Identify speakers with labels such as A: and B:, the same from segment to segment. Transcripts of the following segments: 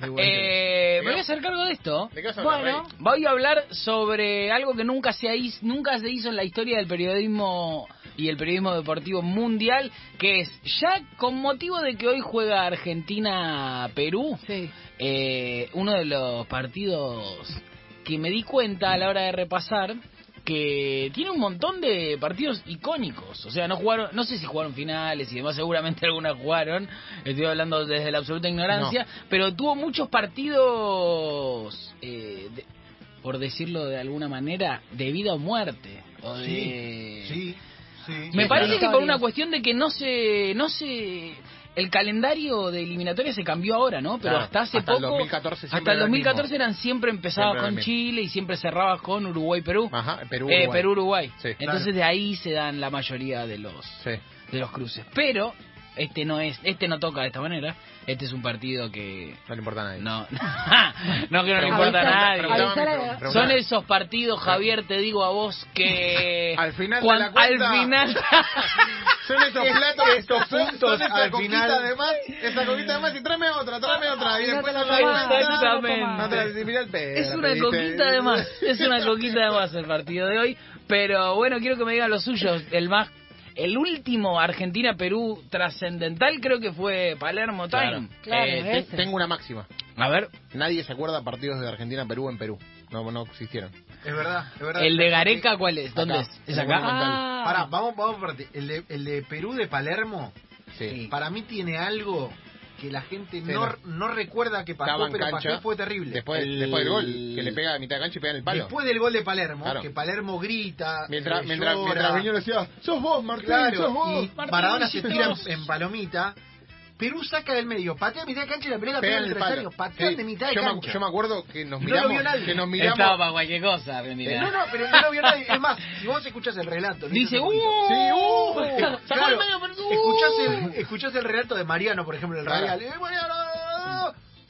A: Muy buen
B: Eh,
A: tema.
B: me voy a hacer cargo de esto.
A: ¿De qué vas a hablar,
B: Bueno, voy a hablar sobre algo que nunca se, hizo, nunca se hizo en la historia del periodismo y el periodismo deportivo mundial, que es ya con motivo de que hoy juega Argentina-Perú,
C: Sí.
B: eh, uno de los partidos que me di cuenta a la hora de repasar que tiene un montón de partidos icónicos, o sea, no jugaron, no sé si jugaron finales y demás, seguramente algunas jugaron, estoy hablando desde la absoluta ignorancia, pero tuvo muchos partidos, eh, de- por decirlo de alguna manera, de vida o muerte, o de-
D: Sí, sí, sí.
B: me
C: Sí,
B: parece
C: claro.
B: que por una cuestión de que no se, no se, el calendario de eliminatoria se cambió ahora, ¿no? Pero
A: Claro,
B: hasta hace
A: hasta el
B: poco,
A: 2014 siempre
B: hasta el
A: era el mismo.
B: 2014 eran siempre empezabas
A: Siempre era el
B: con
A: mismo.
B: Chile y siempre cerrabas con Uruguay Perú,
A: Ajá, Perú.
B: Eh,
A: Uruguay.
B: Perú Uruguay.
A: Sí.
B: Entonces
D: Claro.
B: de ahí se dan la mayoría de los,
A: Sí.
B: de los cruces. Pero este no es, este no toca de esta manera. Este es un partido que
A: No le importa a nadie.
B: no, no que no le
A: Preguntaba-
B: importa a nadie.
A: preguntaba a mi
C: Avisar a-
A: pregunta.
B: Son esos partidos, Javier, te digo a vos que
D: Al final de
B: cuan-
D: la cuenta-
B: al final
D: Son estos platos,
A: Son-
D: estos
A: son
D: puntos
A: esa
D: al
A: coquita de
D: final.
A: más, esa coquita de más, y tráeme otra, tráeme otra. Y
C: No
A: después
C: te
A: no
C: lo
A: te
C: tomás,
A: das cuenta.
C: no te lo tomás.
B: Exactamente.
A: No te la- mirá el
D: eh,
A: pedo,
B: Es
A: la
B: una
A: pediste.
B: coquita de más, es una coquita de más el partido de hoy, pero bueno, quiero que me digan los suyos, el más el último Argentina-Perú trascendental creo que fue Palermo Time.
C: Claro,
B: Eh,
C: ¿eh?
A: Te-
C: Ese.
A: Tengo una máxima.
B: A ver,
A: Nadie se acuerda partidos de Argentina-Perú en Perú. No, no existieron.
D: Es verdad, es verdad.
B: el de Gareca ¿cuál es? ¿Dónde
A: Acá,
B: es? ¿Es
A: en el
B: acá?
A: Monumental.
C: Ah.
D: Pará, vamos, vamos por parte. El de, el de Perú de Palermo,
A: Sí.
D: para mí tiene algo que la gente no,
A: no.
D: no. recuerda que pasó,
A: Estaba en
D: pero
A: cancha.
D: pasó fue terrible.
A: Después,
D: El-
A: después del gol, que le pega a mitad de cancha y pega en el palo.
D: Después del gol de Palermo,
A: Claro.
D: que Palermo grita,
A: mientras,
D: eh,
A: mientras,
D: llora.
A: mientras Viñolo decía, sos vos, Martín, sos
D: Claro,
A: vos.
D: y
B: Martín,
D: Maradona se
B: hiciste
D: tira
B: vos.
D: en, en palomita. Perú saca del medio, patea a mitad de cancha y la pelota
A: Pega en
D: pega al
A: el palo.
D: adversario. Patean
A: Sí.
D: de mitad de
A: yo, me,
D: cancha.
A: yo me acuerdo que nos
D: No lo
A: miramos,
D: vio nadie.
A: que nos
B: Estaba
A: miramos
B: para cualquier cosa, Argentina.
D: Eh, No, no, pero no lo vio nadie. Es más, si vos escuchás el relato... ¿no?
B: Dice,
D: Entonces,
B: ¡uh!
A: Sí, ¡uh!
B: Sacó
D: Claro,
B: el medio, pero, ¡uh!
D: escuchás, el, escuchás el relato de Mariano, por ejemplo, el
A: Claro.
D: radial. ¡Eh, Mariano!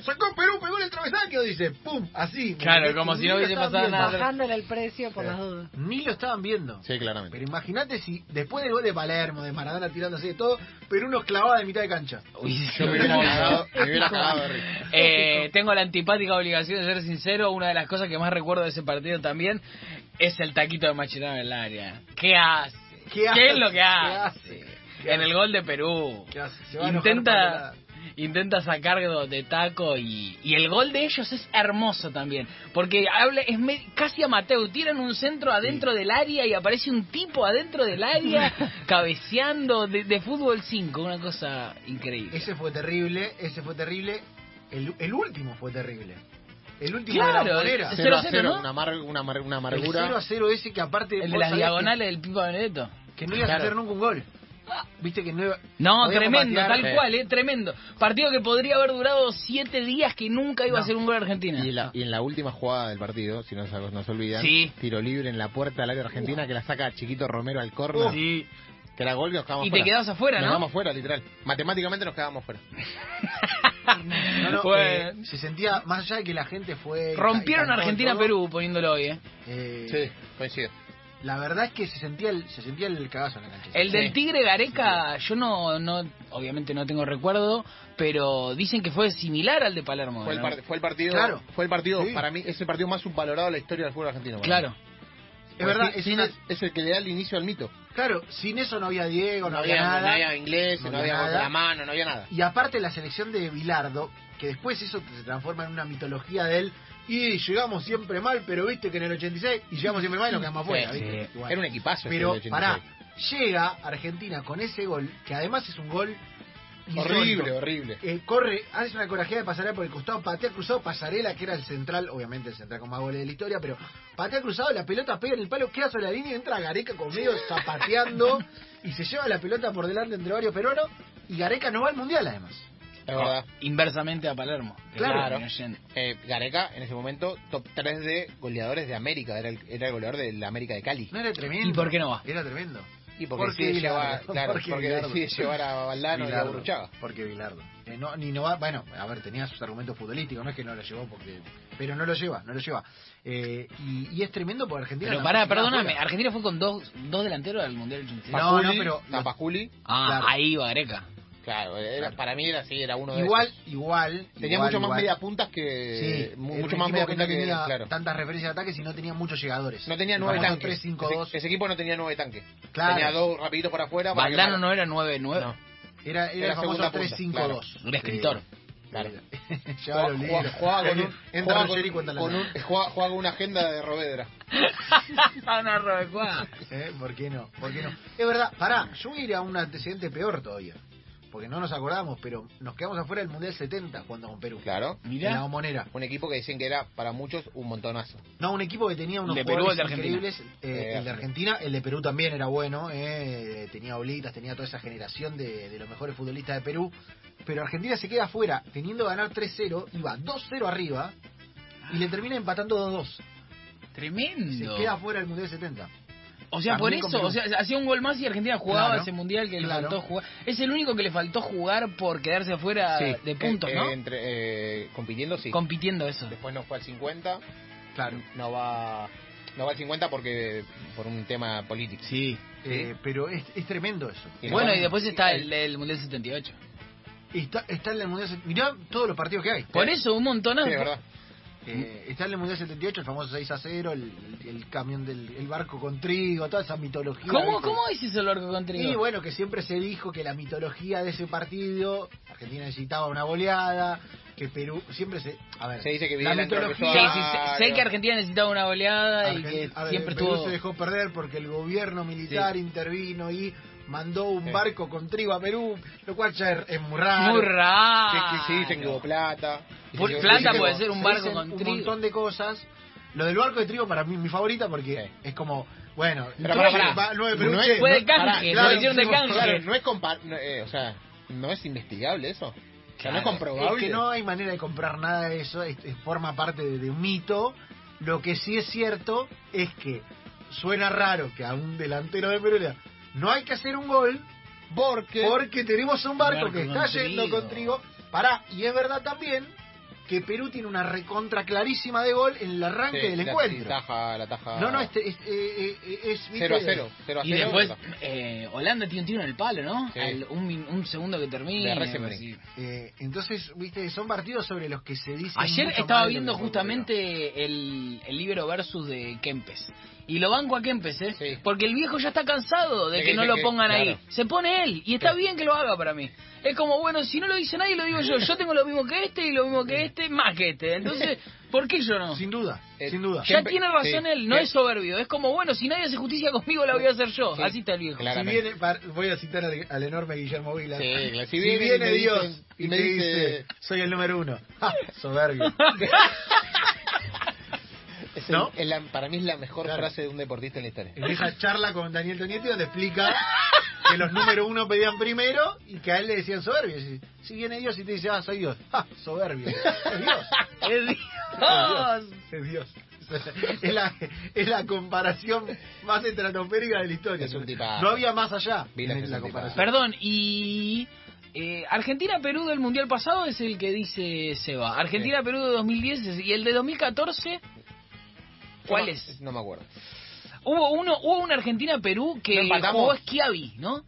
D: Sacó Perú, pegó en el travesaño, dice. ¡Pum! Así. ¿me
B: Claro,
D: entendés?
B: como
D: Ni
B: si no
D: lo
B: hubiese
D: estaban
B: pasado
D: viendo.
B: nada.
C: Bajándole el precio por las dudas.
D: Ni lo estaban viendo.
A: Sí, claramente.
D: Pero imagínate si después del gol de Palermo, de Maradona tirándose de todo, Perú nos clavaba de mitad de cancha.
B: Uy,
A: Yo me hubiera
B: hermoso.
A: cagado, me hubiera cagado de risa.
B: Eh, tengo la antipática obligación de ser sincero. Una de las cosas que más recuerdo de ese partido también es el taquito de Machinado en el área. ¿Qué hace?
D: ¿Qué hace?
B: es lo que
D: ¿Qué
B: hace?
D: hace? ¿Qué
B: En el gol de Perú.
D: ¿Qué hace? Se va a enojar
B: Intenta,
D: Maradona.
B: intenta sacar de- de taco y, y el gol de ellos es hermoso también. Porque habla, es me- casi amateur. Tiran un centro adentro del área y aparece un tipo adentro del área cabeceando de, de fútbol 5. Una cosa increíble.
D: Ese fue terrible, ese fue terrible. El, el último fue terrible. El último de la
B: Claro,
D: monera.
B: ese-
D: El
A: 0 a
B: 0-0,
A: 0,
B: ¿no?
A: una, amar- una, amar- una
D: 0 a
A: amargura.
D: 0 ese que aparte...
B: El de
D: vos
B: las
D: sabías que-
B: diagonales del Pipa Benedetto.
D: Que no ibas
A: Claro.
D: a hacer nunca un gol. Viste que no iba-
B: No,
D: podíamos
B: tremendo,
D: patear.
B: tal
A: sí.
B: cual, eh, tremendo. Partido que podría haber durado siete días que nunca iba a
D: No.
B: ser un gol Argentina.
A: Y, la- y en la última jugada del partido, si no se no se olvidan,
B: Sí.
A: tiro libre en la puerta del área argentina que la saca Chiquito Romero al córner.
B: Sí.
A: Que era gol que nos quedamos
B: Y te
A: fuera.
B: quedabas afuera,
A: Nos
B: ¿no?
A: quedamos fuera, literal. Matemáticamente nos quedamos fuera.
D: No, no,
B: Bueno.
D: eh, se sentía más allá de que la gente fue...
B: Rompieron
D: y cantó todo,
B: Argentina-Perú poniéndolo hoy, ¿eh?
D: eh,
A: coincido.
D: La verdad es que se sentía el, se sentía el cagazo en la cancha.
B: El del Tigre Gareca, yo no, no, obviamente no tengo recuerdo, pero dicen que fue similar al de Palermo.
A: Fue el,
B: ¿no?
A: par- fue el partido,
D: Claro.
A: fue el partido
D: Sí.
A: para mí, es el partido más subvalorado de la historia del fútbol argentino. para
B: Claro.
A: mí.
D: Es verdad,
A: Pues Sí,
D: es
A: sí,
D: una-
A: es, es el que le da el inicio al mito.
D: Claro, sin eso no había Diego, no,
A: No
D: había, nada.
A: no había inglés, no,
D: No había
A: había
D: nada.
A: la mano, no había nada.
D: Y aparte la selección de Bilardo, que después eso se transforma en una mitología de él. Y llegamos siempre mal, pero viste que en el 86 y llegamos siempre mal y nos quedamos afuera.
B: Sí,
D: ¿viste?
B: sí.
D: Igual.
A: Era un equipazo. ese
D: Pero
A: del 86.
D: pará, llega Argentina con ese gol, que además es un gol insólito.
A: Horrible, horrible.
D: Eh, corre, hace una corajea de pasarela por el costado, patea cruzado, pasarela, que era el central, obviamente el central con más goles de la historia, pero patea cruzado, la pelota pega en el palo, queda sobre la línea, entra Gareca con medio zapateando y se lleva la pelota por delante entre varios peruanos y Gareca no va al mundial además.
A: Es
D: Ah.
A: verdad.
B: Inversamente a Palermo.
D: Claro.
B: no yendo.
A: Eh, Gareca, en ese momento, top 3 de goleadores de América. Era el, era el goleador de la América de Cali.
D: No era tremendo.
B: ¿Y por qué no va?
D: Era tremendo.
A: Y porque,
D: Porque
A: decide, llevar,
D: Bilardo.
A: claro,
D: Porque
A: porque
D: Bilardo.
A: decide llevar a Valdano y a Burruchaga.
D: Porque Bilardo. Eh, no, ni no va, bueno, a ver, tenía sus argumentos futbolísticos, no es que no lo llevó porque... Pero no lo lleva, no lo lleva. Eh, y, y es tremendo por Argentina.
B: Pero
D: la-
B: pará,
D: la-
B: perdóname, Argentina fue con dos, dos delanteros al Mundial del 86.
D: No, no,
A: Pasculi,
D: pero-
A: Zapasculi,
B: Ah,
D: claro.
B: ahí va Gareca.
A: Claro, era,
D: Claro.
A: para mí era así, era uno de
D: Igual,
A: esos.
D: igual.
A: Tenía
D: igual,
A: mucho más
D: igual.
A: media puntas que.
D: Sí,
A: mu-
D: era
A: mucho
D: un
A: más media
D: equipo que
A: punta
D: no
A: que.
D: tenía
A: claro.
D: tantas referencias de ataque y no tenía muchos llegadores.
A: No tenía
D: El
A: nueve
D: famoso
A: tanques.
D: 3-5-2.
A: Ese, ese equipo no tenía nueve tanques.
D: Claro.
A: Tenía dos rapiditos para afuera. para
B: Valdano
A: que-
B: no era 9-9.
A: No.
D: Era,
A: Era
D: era el famoso
A: segunda punta,
D: 3-5-2.
B: Un escritor.
A: Claro.
D: Eh,
A: Jugaba,
D: Llevaba los
A: jugaba-
D: libros.
A: jugaba con un-
D: Entra
A: jugaba
D: Ruggeri y
A: con-
D: cuenta la
A: con
D: nada.
A: un- jugaba- jugaba con una agenda de Rovedra.
B: no, Robecuá.
D: ¿Eh? ¿Por qué no? ¿Por qué no? Es verdad, pará, yo voy a ir a un antecedente peor todavía. Porque no nos acordamos, pero nos quedamos afuera del Mundial 70 jugando con Perú.
A: Claro.
D: En la
B: Mirá.
D: bombonera.
A: Un equipo que dicen que era para muchos un montonazo.
D: No, un equipo que tenía unos
B: De Perú,
D: jugadores
B: el de Argentina.
D: increíbles. eh,
A: Eh,
D: el de Argentina, el de Perú también era bueno. eh, tenía Oblitas, tenía toda esa generación de, de los mejores futbolistas de Perú. Pero Argentina se queda afuera, teniendo que ganar 3-0, iba 2-0 arriba y le termina empatando 2-2. Se
B: Tremendo.
D: queda afuera del Mundial 70.
B: O sea, por
D: También con
B: eso,
D: Perú.
B: o sea, hacía un gol más y Argentina jugaba
D: Claro,
B: ese mundial que le
D: claro.
B: faltó jugar. Es el único que le faltó jugar por quedarse afuera
A: Sí,
B: Ah, de puntos,
A: eh,
B: ¿no?
A: eh, entre, eh, compitiendo, sí.
B: Compitiendo eso.
A: Después no fue al 50.
D: Claro.
A: No va, no va al 50 porque por un tema político.
B: Sí.
D: Eh, pero es, es tremendo eso.
A: Y
B: Bueno,
A: después-
B: y después está el, el mundial 78.
D: Está, está en el Mundial 78. Mirá todos los partidos que hay.
B: Por eso, un montón.
A: Sí, es verdad.
D: Eh, está en el Mundial 78, el famoso 6 a 0, el, el- el camión del el barco con trigo, toda esa mitología.
B: ¿Cómo,
D: ¿viste?
B: ¿Cómo es eso el barco con trigo?
D: Y bueno, que siempre se dijo que la mitología de ese partido, Argentina necesitaba una goleada, que Perú, siempre se... A ver,
A: Se dice que
D: la
A: Videla entró
B: Sí,
D: mitología...
A: empezó
B: sí,
A: a-
B: sé- sé, que Argentina necesitaba una goleada y que
D: Argen- a ver,
B: siempre
D: Perú
B: tuvo...
D: se dejó perder porque el gobierno militar intervino y mandó un
A: Sí.
D: barco con trigo a Perú, lo cual ya es, es muy raro.
B: Muy
A: Que-
B: raro.
A: que se dicen que hubo plata. dicen
B: Ah, Por
A: que hubo-
B: plata
A: dicen que
B: puede
A: hubo-
B: ser un
D: Se
B: barco
D: dicen
B: con
D: un
B: trigo.
D: montón de cosas. Lo del barco de trigo para mí es mi favorita porque
A: Sí.
D: es como, bueno,
A: Pero
D: nueve-
A: pará, pará.
D: va- nueve peluches,
A: No es-
B: Fue de
A: no,
B: canje,
A: pará,
B: lo
A: claro,
B: hicieron de
A: sí,
B: canje.
A: Claro, no es compar- no, eh, o sea, no es investigable eso. O sea, no es comprobable.
D: Es que no hay manera de comprar nada de eso, es- es- forma parte de, de un mito. Lo que sí es cierto es que suena raro que a un delantero de Perú le digan, no hay que hacer un gol
A: Porque
D: porque tenemos un barco,
B: Barco
D: que
B: con
D: está yendo
B: trigo.
D: con trigo. Pará, y es verdad también que Perú tiene una recontra clarísima de gol en el arranque
A: Sí,
D: del
A: la-
D: encuentro.
A: La taja, la taja.
D: No, no, este, es, eh, eh, es
A: 0 Ah. a
D: viste,
A: 0. 0 a 0.
B: Y después eh, Holanda tiene un tiro en el palo, ¿no?
A: Sí.
B: Al- un, min- un segundo que termina.
A: De Resenbrink.
D: eh, entonces, viste, son partidos sobre los que se dice.
B: Ayer estaba viendo justamente el, el libro versus de Kempes. Y lo banco a Kempes, ¿eh?
A: Sí.
B: Porque el viejo ya está cansado de
A: Sí,
B: que no
A: sí,
B: lo
A: sí,
B: pongan ahí.
A: claro.
B: Se pone él. Y está
A: Sí.
B: bien que lo haga para mí. Es como, bueno, si no lo dice nadie, lo digo yo. Yo tengo lo mismo que este y lo mismo que este, más que este. Entonces, ¿por qué yo no?
D: Sin duda,
A: Eh,
D: sin duda.
A: ya-
B: Ya
A: Kempes-
B: tiene razón
A: sí.
B: él, no
A: Kemp-
B: es soberbio. Es como, bueno, si nadie hace justicia conmigo, la voy a hacer yo.
A: Sí.
B: Así está el viejo.
A: Claro.
D: Si
A: claramente.
D: viene, par- voy a citar al, al enorme Guillermo Vila.
A: Sí, claro, si
D: si
A: viene
D: viene,
A: y me dice-
D: Dios
A: y
D: y
A: me
D: me
A: dice-
D: dice, soy el número uno. Ja, soberbio.
A: Es
D: ¿No?
A: el- es la- para mí es la mejor
D: Claro.
A: frase de un deportista en la historia.
D: En esa charla con Daniel Tonietti donde explica que los número uno pedían primero y que a él le decían soberbio. Y dice, Si viene Dios y te dice, ah, soy Dios. Ja, soberbio. Es Dios.
B: Es Dios. ¡Ah!
D: Es Dios. Es la, es la comparación más estratosférica de la historia.
A: Es un tipazo.
D: No había más allá
A: Vila
D: en
A: es
D: la
A: un
D: comparación.
B: Perdón, y eh, Argentina-Perú del Mundial pasado es el que dice Seba. Argentina-Perú de 2010 es- y el de 2014,
A: Yo
B: ¿cuál
A: no-
B: es?
A: No me acuerdo.
B: Hubo uno, hubo un Argentina-Perú
A: No
B: que
A: empatamos.
B: jugó Schiavi, ¿no?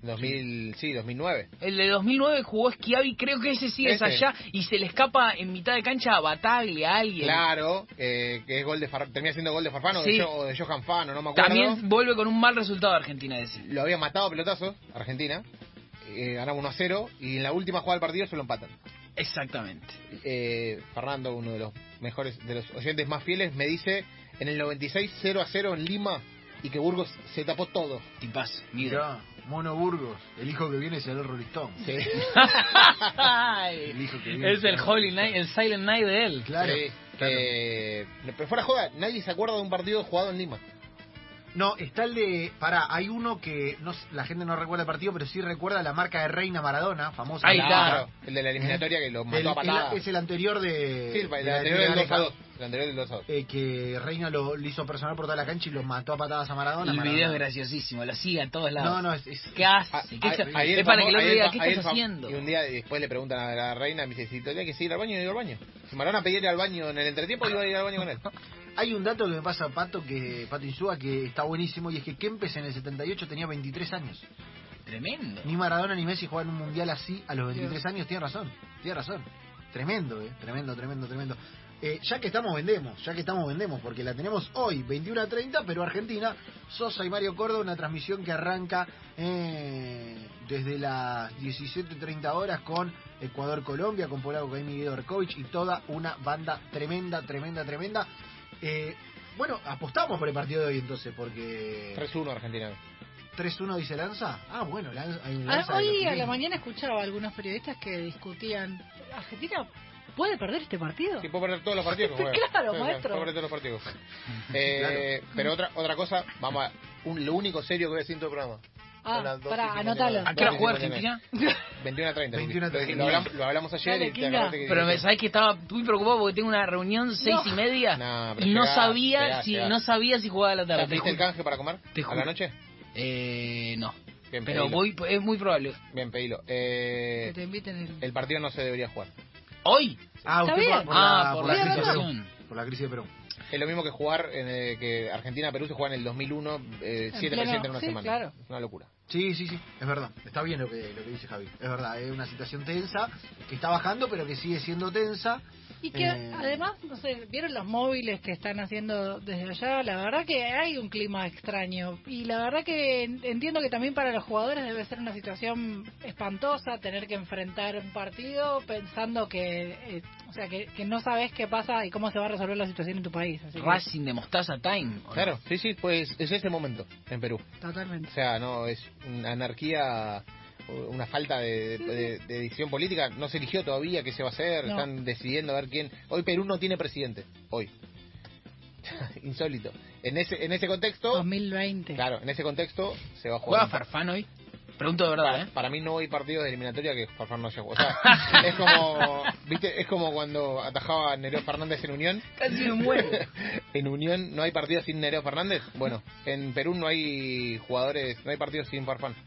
A: 2000, sí, 2009.
B: El de 2009 jugó Schiavi, creo que ese sí es
A: Ese.
B: allá, y se le escapa en mitad de cancha a Bataglia, a alguien.
A: Claro, eh, que es gol de Far- termina siendo gol de Farfano
B: Sí.
A: de Jo- o de Johan Fano, no me acuerdo.
B: También vuelve con un mal resultado Argentina ese.
A: Lo había matado a pelotazos, Argentina. Eh, ganaba 1 a 0 y en la última jugada del partido se lo empatan.
B: Exactamente.
A: Eh, Fernando, uno de los mejores, de los oyentes más fieles, me dice en el 96 0 a 0 en Lima y que Burgos se tapó todo.
B: Tipazo, mira.
D: Mirá, Mono Burgos, el hijo que viene es el Rolling Stone.
A: Sí.
B: Ay,
D: hijo que viene.
B: es el Holy Night, el Silent Night de él.
D: Claro.
A: Sí,
D: claro.
A: eh, pero fuera joda, nadie se acuerda de un partido jugado en Lima.
D: No, está el de. Pará, hay uno que no, s- la gente no recuerda el partido, pero sí recuerda la marca de Reina Maradona, famosa.
B: Ahí está.
A: Claro, El de la eliminatoria que lo mató
D: El-
A: a patadas.
D: el- es el anterior de.
A: Sí, el
D: de la
A: anterior del 2
D: Liga
A: a
D: Areca,
A: 2. El anterior del 2 a 2.
D: eh, que Reina lo, lo hizo personal por toda la cancha y lo mató a patadas a Maradona.
B: El
D: Maradona.
B: video es graciosísimo, lo sigue a todos lados.
D: No, no, es. es-
B: ¿Qué
A: Ah,
B: hace? ¿Qué
A: ah,
B: está-
A: ahí
B: Es
A: el
B: para
A: famo-
B: que el otro
A: ahí el
B: diga,
A: fa-
B: ¿qué
A: ahí el
B: estás
A: fam-
B: haciendo?
A: Y un día después le preguntan a la reina, me dice, si tenía que ir al baño, iba al baño. Si Maradona pedía ir al baño en el entretiempo, iba a ir al baño con él.
D: Hay un dato que me pasa a Pato, que, Pato Insúa que está buenísimo y es que Kempes en el 78 tenía 23 años.
B: Tremendo.
D: Ni Maradona ni Messi jugaron un mundial así a los 23 años. Tiene razón, tiene razón. Tremendo, eh. Tremendo, tremendo, tremendo. Eh, ya que estamos, vendemos. Ya que estamos, vendemos. Porque la tenemos hoy, 21 a 30, pero Argentina, Sosa y Mario Córdoba. Una transmisión que arranca eh, desde las 17.30 horas con Ecuador-Colombia, con Polaco Caim y Guido Arkovich. Y toda una banda tremenda, tremenda, tremenda. Eh, bueno, apostamos por el partido de hoy entonces, porque...
A: 3-1 Argentina.
D: 3-1 dice Lanza. Ah, bueno, Lanza. hay un
C: Ah,
D: Lanza de los
C: hoy a la
D: chilenos.
C: mañana escuchaba a algunos periodistas que discutían, ¿Argentina puede perder este partido?
A: Sí, puede perder todos los partidos. que
C: Claro,
A: juega. Sí,
C: maestro.
A: Puede perder todos los partidos. Eh, Pero otra otra cosa, vamos a... un- lo único serio que voy a decir en todo el programa. Son
C: Ah,
A: las dos y
C: pará,
A: cincuenta y
C: anótalo.
A: nueve.
B: ¿A qué hora juega
A: Dale,
B: Argentina?
A: 21 a 30.
D: 21 a 30.
A: Lo hablamos, lo hablamos ayer
C: Dale,
A: y te
C: Kinga.
A: acordaste que...
B: Pero me sabés que estaba muy preocupado porque tengo una reunión seis y media
A: No, pero
B: y no
A: llegá,
B: sabía
A: llegá,
B: si
A: llegá.
B: no sabía si jugaba a la tarde.
A: ¿Ya
B: te
A: pediste el
B: juro.
A: canje para comer?
B: Te
A: ¿A
B: juro.
A: la noche?
B: Eh, no.
A: Bien,
B: Pero
A: pedilo.
B: voy, es muy probable.
A: Bien, pedilo.
C: Que
A: Eh,
C: te inviten el...
A: el partido no se debería jugar.
B: Hoy.
D: Ah,
C: Está
D: usted
C: bien.
D: va por,
B: Ah,
D: la,
B: por
D: por,
C: la
D: la crisis de
B: situación.
D: Perú. Por la crisis de Perú.
A: Es lo mismo que jugar, en, eh, que Argentina-Perú se juega en el 2001, eh,
C: En
A: 7
C: pleno-
A: presidentes en una
C: sí,
A: semana.
C: claro.
A: Es una locura.
D: Sí, sí, sí, es verdad. Está bien lo que, lo que dice Javi. Es verdad, es una situación tensa, que está bajando, pero que sigue siendo tensa.
C: Y que
D: Eh.
C: además, no sé, vieron los móviles que están haciendo desde allá, la verdad que hay un clima extraño. Y la verdad que en- entiendo que también para los jugadores debe ser una situación espantosa tener que enfrentar un partido pensando que, eh, o sea, que, que no sabes qué pasa y cómo se va a resolver la situación en tu país. Así que-
B: Racing de Mostaza Time. ¿o no?
A: Claro, sí, sí, pues es ese momento en Perú.
C: totalmente.
A: O sea, no, es una anarquía, una falta de, de- de decisión política. No se eligió todavía qué se va a hacer,
C: No.
A: están decidiendo a ver quién. Hoy Perú no tiene presidente, hoy. Insólito. En ese, en ese contexto,
C: 2020.
A: claro, en ese contexto se va a jugar.
B: ¿Juega
A: un par-
B: Farfán hoy? Pregunto de verdad,
A: Para,
B: ¿eh?
A: para mí no hay partidos de eliminatoria que Farfán no haya jugado. O sea, es como, ¿viste? Es como cuando atajaba Nereo Fernández en Unión.
B: Casi me muero.
A: En Unión no hay partidos sin Nereo Fernández. Bueno, en Perú no hay jugadores, no hay partidos sin Farfán.